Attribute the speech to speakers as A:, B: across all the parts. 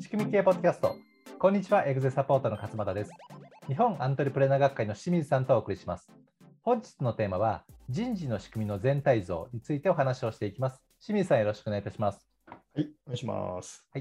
A: 仕組み系ポッドキャストこんにちはエグゼサポーターの勝又です日本アントレプレナー学会の清水さんとお送りします本日のテーマは人事の仕組みの全体像についてお話をしていきます清水さんよろしくお願いいたします
B: はい、お願いします。
A: ま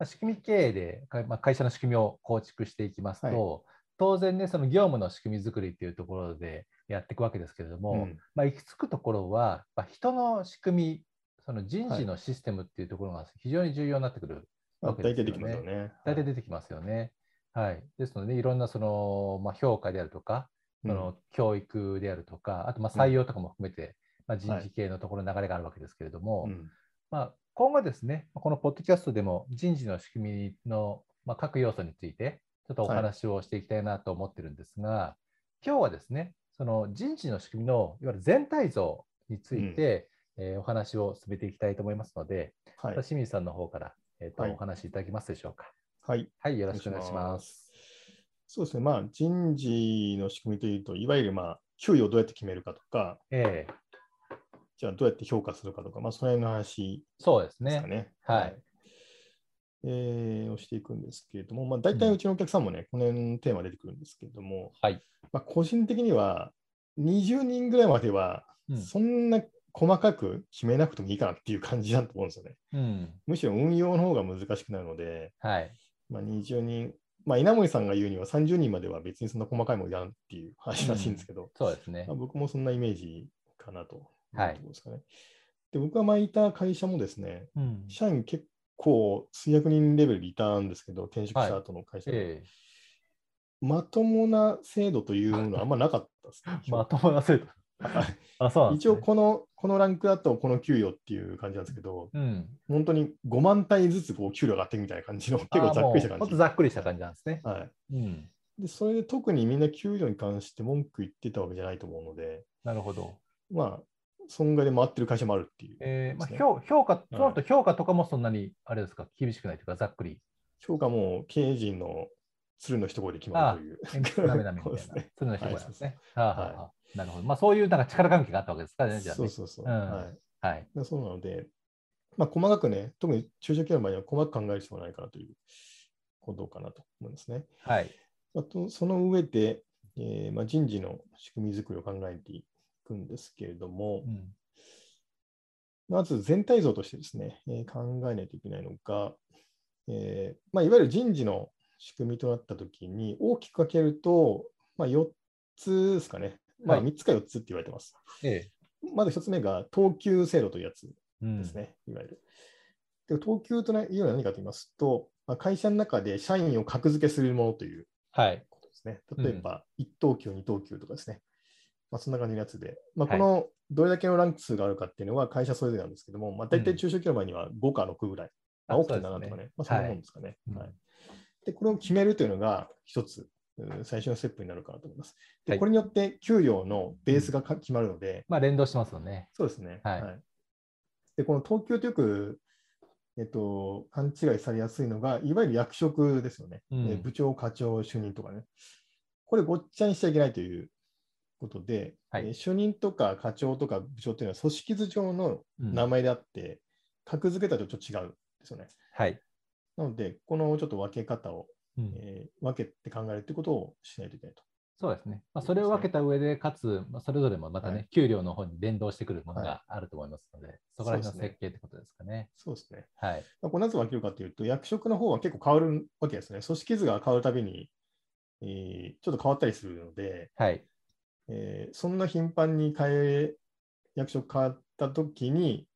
A: あ仕組み経営で、かまあ、会社の仕組みを構築していきますと、当然ねその業務の仕組み作りっていうところでやっていくわけですけれども、
B: うん
A: まあ、行き着くところは、まあ、人の仕組みその人事のシステムっていうところが非常に重要になってくる、
B: まあ
A: わけで
B: 大
A: すよね
B: 体できますよね。
A: 大体出てきますよね。はい、ですので、いろんなその、まあ、評価であるとか、
B: うん
A: その教育であるとか、あとまあ
B: うん
A: 採用とかも含めて、まあ、人
B: は
A: 事
B: い
A: 系のところの流れがあるわけですけれども、
B: うん
A: まあ、今後ですね、このポッドキャストでも人事の仕組みの、まあ、各要素について、ちょっとお話をしていきたいなと思ってるんですが、今日はですね、その人事の仕組みのいわゆる全体像について、えーお話を進めていきたいと思いますので、
B: はい
A: 清水さんの方から、えーと
B: はい
A: お話しいただけますでしょうか。
B: はい、
A: はい、よろしくお願いします。
B: す。そうですね、まあ、人事の仕組みというと、いわゆる、まあ、給与をどうやって決めるかとか、
A: ええ
B: じゃあどうやって評価するかとか、まあ、その辺の話
A: そうです
B: です
A: ね。
B: かね。
A: はい
B: えーをしていくんですけれども、まあ、大体うちのお客さんもね、この辺のテーマ出てくるんですけれども、
A: はい
B: まあ、個人的には、20人ぐらいまでは、
A: うん
B: そんな細かく決めなくてもいいかなっていう感じだと思うんですよね。
A: うん、
B: むしろ運用の方が難しくなるので、
A: はい、
B: まあ、20人、まあ、稲森さんが言うには30人までは別にそんな細かいもんいらんっていう話らしいんですけど、
A: そうですね
B: まあ、。僕もそんなイメージかなという
A: はい
B: ところですかね。で、僕が前いた会社もですね、
A: うん
B: 社員結構数百人レベルでいたんですけど、転職した後の会社で、
A: え。
B: まともな制度というものはあんまなかったですね
A: え まともな生徒。あ、そうなんです、
B: 一
A: ね。
B: 応この、このランクだとこの給与っていう感じなんですけど、
A: うん、
B: 本当に5万単位ずつこう給料上がっていくみたいな感じの、結構ざっくりした
A: あーもうほん
B: 感じ
A: と。ざっくりした感じなんですね。
B: はい、
A: うん、
B: でそれで特にみんな給料に関して文句言ってたわけじゃないと思うので、
A: なるほど。
B: まあ、損害で回ってる会社もあるっていう、
A: えーまあ、
B: ですね
A: 評評価、その後評価とかもそんなに、あれですか、厳しくないというか、ざっく り、
B: 評価も経営陣の鶴の一声で決まるという、
A: 鉛筆なめなめみたい
B: そう
A: なそういう
B: ですね、
A: の人なんですね。
B: い
A: はあはあはあなるほど。まあ、そういうなんか力関係があったわけですからね、じゃあ
B: そう
A: ね。
B: そうそう、
A: うん
B: はい
A: はい。
B: でそうなので、まあ、細かくね、特に中小企業の場合には細かく考える必要がないかなということかなと思いますね。
A: はい。
B: あと、その上で、えーまあ、人事の仕組み作りを考えていくんですけれども、
A: うん。
B: まず全体像としてですね、えー考えないといけないのが、えーまあ、いわゆる人事の仕組みとなったときに、大きく分けると、まあ、4つですかね、まあ、
A: はい
B: 3つか4つって言われてます。
A: え
B: まず1つ目が、等級制度というやつ
A: えうん
B: ですね、いわゆる。で等級というのは何かと言いますと、まあ、会社の中で社員を格付けするものという
A: はい。
B: ことですね。例えば、1等級、2等級とかですね。まあ、そんな感じのやつで、ま
A: は
B: あ、こ
A: い
B: のどれだけのランク数があるかっていうのは会社それぞれなんですけども、まあ、大
A: う
B: 体
A: ん
B: 中小企業の場合には5か6ぐらい、まあ、
A: あ
B: 多くて7
A: そう
B: と
A: で
B: か
A: す
B: ね、
A: ね
B: まあ、そんなもんですかね、
A: は
B: はいいで。これを決めるというのが一つ、うん最初のステップになるかなと思います。で
A: はい
B: これによって給料のベースがか決まるので、
A: まあ、連動してますよね。
B: そうですね。
A: はい
B: で、この等級とよく、えっと、勘違いされやすいのが、いわゆる役職ですよね。
A: うん
B: えー部長、課長、主任とかね。これ、ごっちゃにしちゃいけないということで、
A: はい
B: えー主任とか課長とか部長というのは、組織図上の
A: うん
B: 名前であって、格付けたとちょっと違うんですよね。
A: はい。
B: なので、このちょっと分け方を、
A: うん
B: えー分けて考えるということをしないといけないと。
A: そうですね。まあ、それを分けた上で、かつ、まあ、それぞれもまたね、
B: は
A: 給料の方に連動してくるもの
B: は
A: があると思いますので、そこら辺
B: そ
A: の
B: うですね
A: 設計ってことですかね。
B: そうですね。
A: はい。
B: まあ、これなぜ分けるかというと、役職の方は結構変わるわけですね。組織図が変わるたびに、えーちょっと変わったりするので、
A: はい。
B: えーそんな頻繁に変え、役職変わったときに、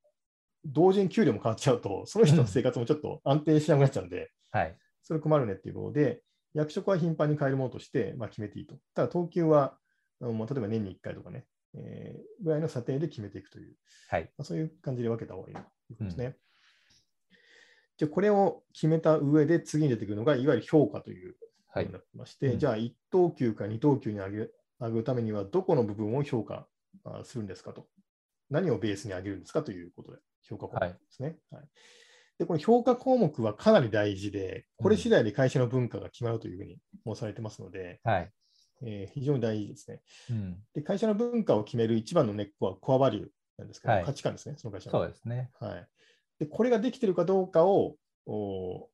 B: 同時に給料も変わっちゃうと、その人の生活もちょっと安定しなくなっちゃうんで、
A: はい。
B: それ困るねっていうことで、役職は頻繁に変えるものとして、まあ、決めていいと。ただ、等級は、あのまあ、例えば年に1回とかね、えーぐらいの査定で決めていくという
A: はい。
B: まあ、そういう感じで分けた方がいいなということですね。じゃあこれを決めた上で次に出てくるのが、いわゆる評価というも
A: は
B: の
A: い
B: にな。ってまして、
A: はいうん
B: じゃあ1等級か2等級に上げる上げるためには、どこの部分を評価あするんですかと、何をベースに上げるんですかということで、評価項目ですね。はいでこの評価項目はかなり大事で、これ次第で会社の文化が決まるというふうに申されてますので、
A: はい。
B: えー非常に大事ですね
A: うん。
B: で。会社の文化を決める一番の根っこはコアバリューなんですけど、
A: はい
B: 価値観ですね、その会社の。
A: そうですね。
B: はい、でこれができてるかどうかをおこ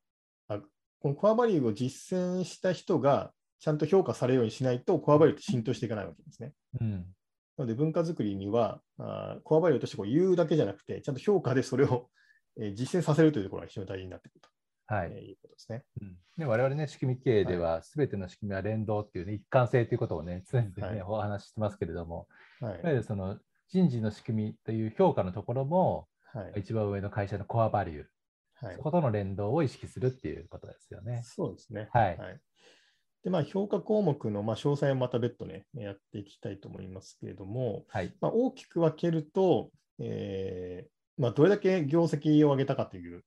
B: のコアバリューを実践した人がちゃんと評価されるようにしないと、コアバリューって浸透していかないわけですね。
A: うん。
B: なので、文化づくりには、あーコアバリューとしてこう言うだけじゃなくて、ちゃんと評価でそれを、えー実践させるというところが非常に大事になってくると、
A: はいい。
B: えーいうことですね。
A: うんね、我々ね、仕組み経営では、すべての仕組みは連動っていうね、一貫性ということをね、常にね、
B: はい
A: お話ししてますけれども、
B: はい
A: いわ。ゆるその人事の仕組みという評価のところも、
B: はい。
A: 一番上の会社のコアバリュー、
B: はい
A: そ、ことの連動を意識するっていうことですよね。
B: そうですね。
A: はい
B: で、まあ、評価項目の、まあ、詳細をまた別途ね、やっていきたいと思いますけれども、
A: はい。
B: まあ、大きく分けると、えーまあ、どれだけ業績を上げたかという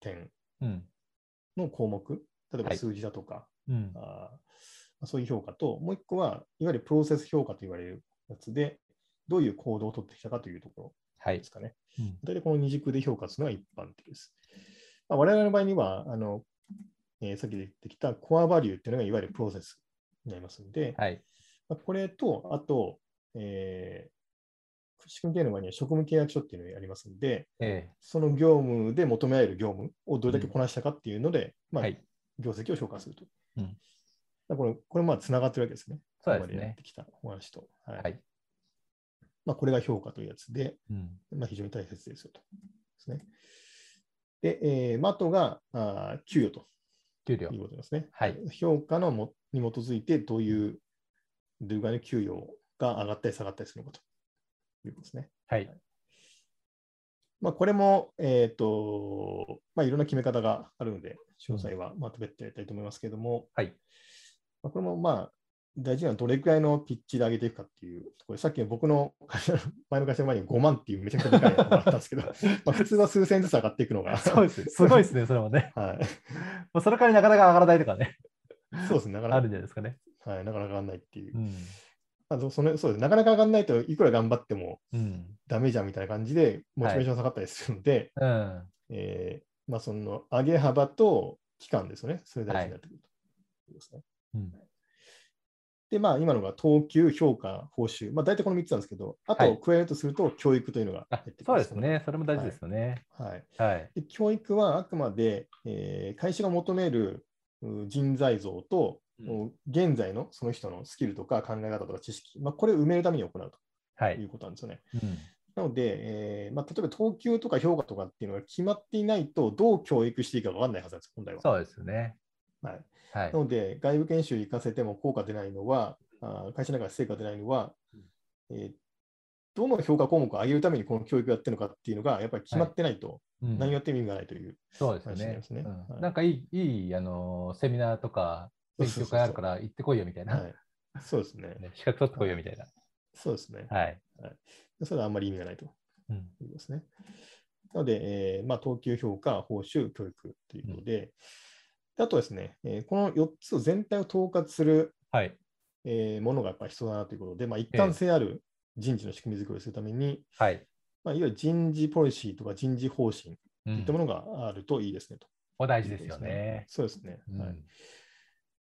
B: 点
A: うん。
B: の項目、例え
A: は
B: ば
A: い
B: 数字だとか、
A: うん
B: あ。ーまあそういう評価と、もう一個は、いわゆるプロセス評価と言われるやつで、どういう行動を取ってきたかというところ
A: はい
B: で。すかね。
A: うん
B: 大体この二軸で評価するのが一般的です。まあ、我々の場合には、あのえーさっき出てきたコアバリューっていうのがいわゆるプロセスになりますので、
A: はい。
B: まあ、これと、あと、えー、仕組み経営の場合には職務契約書っていうのがありますので、
A: え
B: その業務で求められる業務をどれだけこなしたかっていうので、
A: え
B: まあ
A: はい。
B: 業績を評価すると。
A: うん
B: だからこれ、これまあつながってるわけですね。
A: そうです
B: 今まやっ
A: ね。
B: てきたお話と。はい
A: はい。
B: まあ、これが評価というやつで、
A: うん。
B: まあ、非常に大切ですよと。ですね。で、えーまあ、あとがあー給与と
A: 給料
B: い。うことですね。
A: はい。
B: 評価のもに基づいて、どういう、どれぐらいの給与が上がったり下がったりするのかということですね。
A: はい。
B: まあ、これも、えっ、と、まあ、いろんな決め方があるので、詳細はまとめてやりたいと思いますけれども、
A: はい。
B: まあ、これもまあ、大事なのはどれくらいのピッチで上げていくかっていうところで、さっきの僕の会社の前の会社の前に5万っていうめちゃくちゃでかいのがあったんですけど、まあ普通は数千ずつ上がっていくのが、
A: そうです。すごいですね、それもね。
B: はい、
A: まあその代わりなかなか上がらないとか ね、
B: そうですね、なか
A: あ
B: な
A: る
B: か
A: んじゃないですかね。
B: はい、なかなか上がんないっていう
A: う、ん。
B: まあ、そそのそうですなかなか上がんないといくら頑張っても
A: うん。
B: ダメじゃんみたいな感じで、モチベーション下がったりするので、
A: うん。
B: えーまあ、その上げ幅と期間ですよね、それ大事になってくるということですね。
A: うん
B: で、まあ、今のが等級、評価、報酬、まあ、大体この3つなんですけど、あ
A: は
B: と
A: い
B: 加えるとすると、教育というのが
A: あ
B: 入ってき
A: そう
B: ま
A: ですね、それも大事ですよね。
B: はい、
A: はい。
B: で教育はあくまで、えー会社が求めるう人材像と、
A: うん
B: 現在のその人のスキルとか考え方とか知識、まあ、これを埋めるために行う
A: は
B: とい
A: い。
B: うことなんですよね。
A: うん
B: なので、えーまあ、例えば等級とか評価とかっていうのが決まっていないと、どう教育していいか分かんないはずなんです、本来は。
A: そうですよね。
B: はい、
A: はい
B: な。ので、外部研修行かせても効果出ないのは、あー会社の中で成果出ないのは、えーどの評価項目を上げるためにこの教育をやってるのかっていうのが、やっぱり決まってないと、
A: うん
B: 何をやっても意味がないという。
A: そうですよ
B: 話になり
A: ね
B: ますね
A: うん
B: はい
A: なんかいい、いい、あのー、セミナーとか、勉強会あるから行ってこいよみたい
B: は
A: な。
B: い、そうですね。
A: ね資格取ってこいよみたいな。
B: そうですね。
A: はい。
B: それはあんまり意味がないという
A: うん
B: ことですね。なので、えーまあ、等級評価、報酬、教育ということで、であとですね、えーこの4つを全体を統括する
A: はい。
B: えーものがやっぱ必要だなということで、まあ、一貫性ある人事の仕組み作りをするために、
A: はい。
B: まあ、いわゆる人事ポリシーとか人事方針
A: う
B: といったも
A: ん
B: のがあるといいですねと。
A: お大事ですよね。
B: そうですね。
A: うん
B: はい、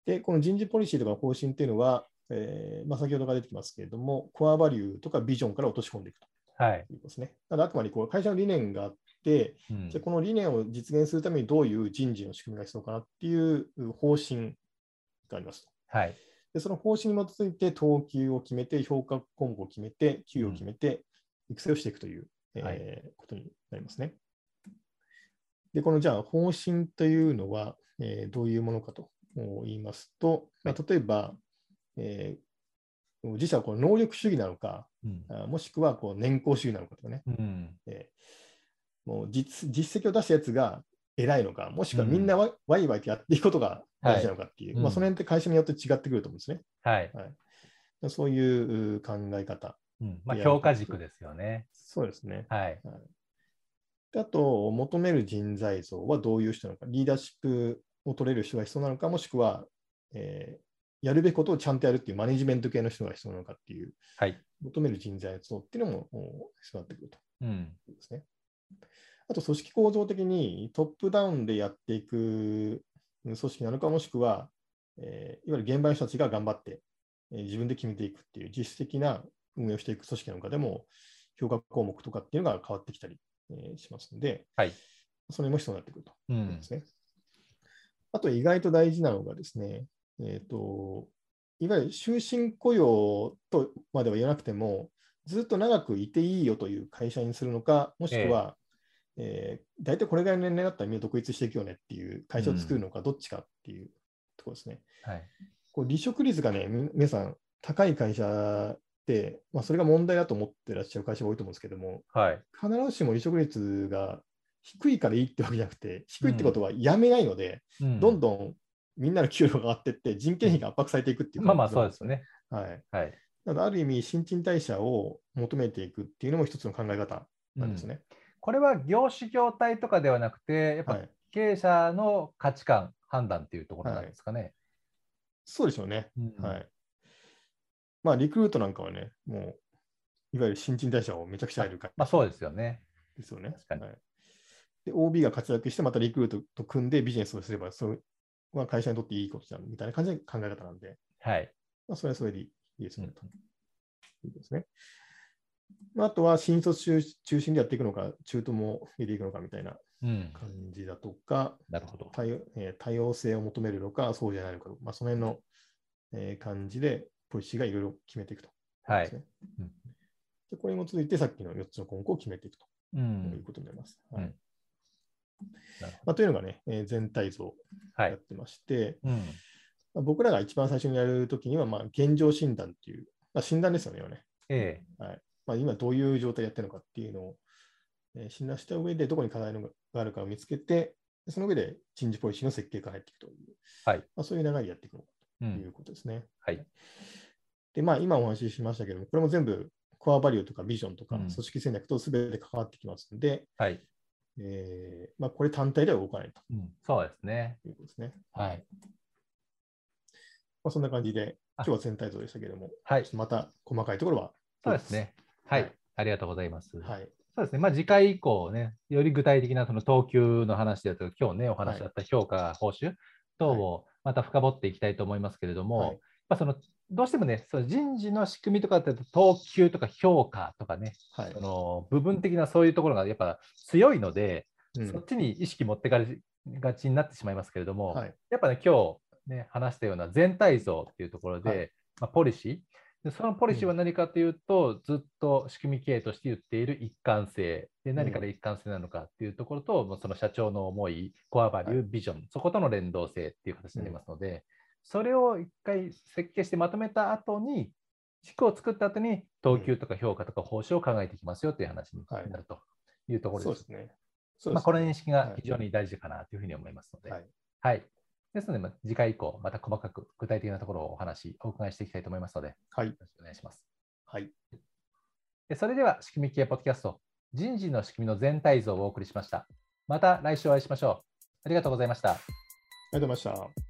B: で、この人事ポリシーとか方針っていうのは、えーまあ、先ほどから出てきますけれども、コアバリューとかビジョンから落とし込んでいく
A: はい。
B: ということですね。なので、あくまでこう会社の理念があって、
A: うん
B: じゃあこの理念を実現するためにどういう人事の仕組みが必要かなっていう方針がありますと。
A: はい。
B: で、その方針に基づいて、等級を決めて、評価項目を決めて、給与を決めて、育成をしていくという、
A: はい
B: えーことになりますね。で、このじゃあ、方針というのは、えーどういうものかと言いますと、まあ、例えば、えー自社はこう能力主義なのか、
A: うん
B: あもしくはこう年功主義なのかとかね、
A: うん。
B: えーもう実実績を出したやつが偉いのか、もしくはみんなわ,、ワイワイとやっていくことが大事なのかっていう、
A: はい
B: ま
A: う
B: あ、
A: ん
B: その辺って会社によって違ってくると思うんですね。
A: はい。
B: そういうう考え方。
A: うんまあ、
B: いや
A: 評価軸ですよね。
B: そうですね。
A: はい。
B: であと、求める人材像はどういう人なのか、リーダーシップを取れる人が必要なのか、もしくは、えーやるべきことをちゃんとやるっていうマネジメント系の人が必要なのかっていう、
A: はい。
B: 求める人材像っていうのもお必要になってくると
A: うん。
B: いうことですね。あと、組織構造的にトップダウンでやっていく組織なのか、もしくは、えーいわゆる現場の人たちが頑張って、えー自分で決めていくっていう実質的な運営をしていく組織なのかでも、評価項目とかっていうのが変わってきたり、えーしますので、
A: はい
B: それも必要になってくると
A: う
B: いうんことで。すね。あと意外と大事なのがですね、えっ、と、いわゆる終身雇用とまでは言わなくても、ずっと長くいていいよという会社にするのか、もしくは、えー大体これぐらいの年齢だったらみんな独立していくよねっていう会社を作るのか、どっちかっていうところですね。
A: はい。
B: こう離職率がね、み皆さん、高い会社で、まあ、それが問題だと思ってらっしゃる会社が多いと思うんですけども、
A: はい。
B: 必ずしも離職率が低いからいいってわけじゃなくて、低いってことはやめないので、
A: うん
B: どんどんみんなの給料が上がっていって、人件費が圧迫されていくっていう
A: まあ
B: 感じ
A: ま
B: な
A: あ
B: ん
A: そうです。ね。
B: はい、
A: はい。
B: なのである意味、新陳代謝を求めていくっていうのも一つの考え方なんですね。
A: これは業種業態とかではなくて、やっぱ
B: はい、
A: 経営者の価値観、判断っていうところなんですかね。
B: そうでしょうね。
A: うん
B: はいまあ、リクルートなんかはね、もういわゆる新陳代謝をめちゃくちゃやるから
A: まあそうですよね。
B: ですよね。
A: 確かに
B: はい、で、OB が活躍して、またリクルートと組んでビジネスをすれば、それは会社にとっていいことじゃんみたいな感じの考え方なんで、
A: はい。
B: まあ、それはそれでいいですね。
A: うん
B: ということですね。まあ、あとは新卒中中心でやっていくのか、中途も入れていくのかみたいな
A: うん。
B: 感じだとか、
A: なるほど。
B: 多様,、えー多様性を求めるのか、そうじゃないのか、まあ、その辺の、えー感じで、ポリシーがいろいろ決めていくと、
A: は
B: です
A: い。
B: ね
A: うん
B: でこれに基づいて、さっきの4つの項目を決めていくと
A: う。
B: というんことになります。
A: ん
B: はい
A: うんなるほ
B: まあ、というのがね、えー全体像
A: は
B: や
A: い
B: っ。てまして、
A: うん。
B: まあ僕らが一番最初にやるときには、まあ、現状診断っていう、まあ、診断ですよね、要はね
A: ええ。
B: まあ、今どういう状態でやってるのかっていうのを、えー診断した上で、どこに課題があるかを見つけて、その上で人事ポリシーの設計から入っていくという、
A: はい
B: まあ、そういう流れでやっていくのか
A: う
B: とい
A: ん。
B: うことですね。
A: はい。
B: で、まあ、今お話ししましたけども、これも全部コアバリューとかビジョンとか
A: うん
B: 組織戦略とすべて関わってきますので、
A: はい。
B: えーまあ、これ単体では動かないと
A: うん。そうですね。
B: いうことですね。
A: はい。
B: まあ、そんな感じで、
A: あ
B: 今日は全体像でしたけれども、
A: は
B: ちょ
A: い
B: っ。とまた細かいところは、
A: そうですね。はい。
B: はい
A: ありがとうございます。
B: はい、
A: そうですね。まあ、次回以降ね、より具体的なその等級の話であったり、今日ね、お話だった評価、報酬等をまた深掘っていきたいと思いますけれども、
B: はい
A: やっぱそのどうしてもね、その人事の仕組みとかっていうと、等級とか評価とかね、
B: はい
A: その部分的なそういうところがやっぱ強いので、
B: うん
A: そっちに意識持ってかれがちになってしまいますけれども、
B: はい
A: やっぱね、今日ね、話したような全体像っていうところで、
B: は
A: まあ、ポリシーで、そのポリシーは何かというと、ずっと仕組み経営として言っている一貫性で、何から一貫性なのかっていうところと、もうその社長の思い、コアバリュー、ビジョン、そことの連動性っていう形になりますので、それを一回設計してまとめた後に、軸を作った後に、等級とか評価とか報酬を考えていきますよという話になるというところです。
B: そうですね。そう
A: まあ、
B: です
A: こ
B: ね
A: の認識が非常に大事かなというふうに思いますので、
B: は
A: はいい。ですので、まあ、次回以降、また細かく具体的なところをお話、お伺いしていきたいと思いますので、よ
B: はい、
A: ろしくお願いします。
B: はい、
A: でそれでは、仕組み系ポッドキャスト、人事の仕組みの全体像をお送りしました。また来週お会いしましょう。ありがとうございました。
B: ありがとうございました。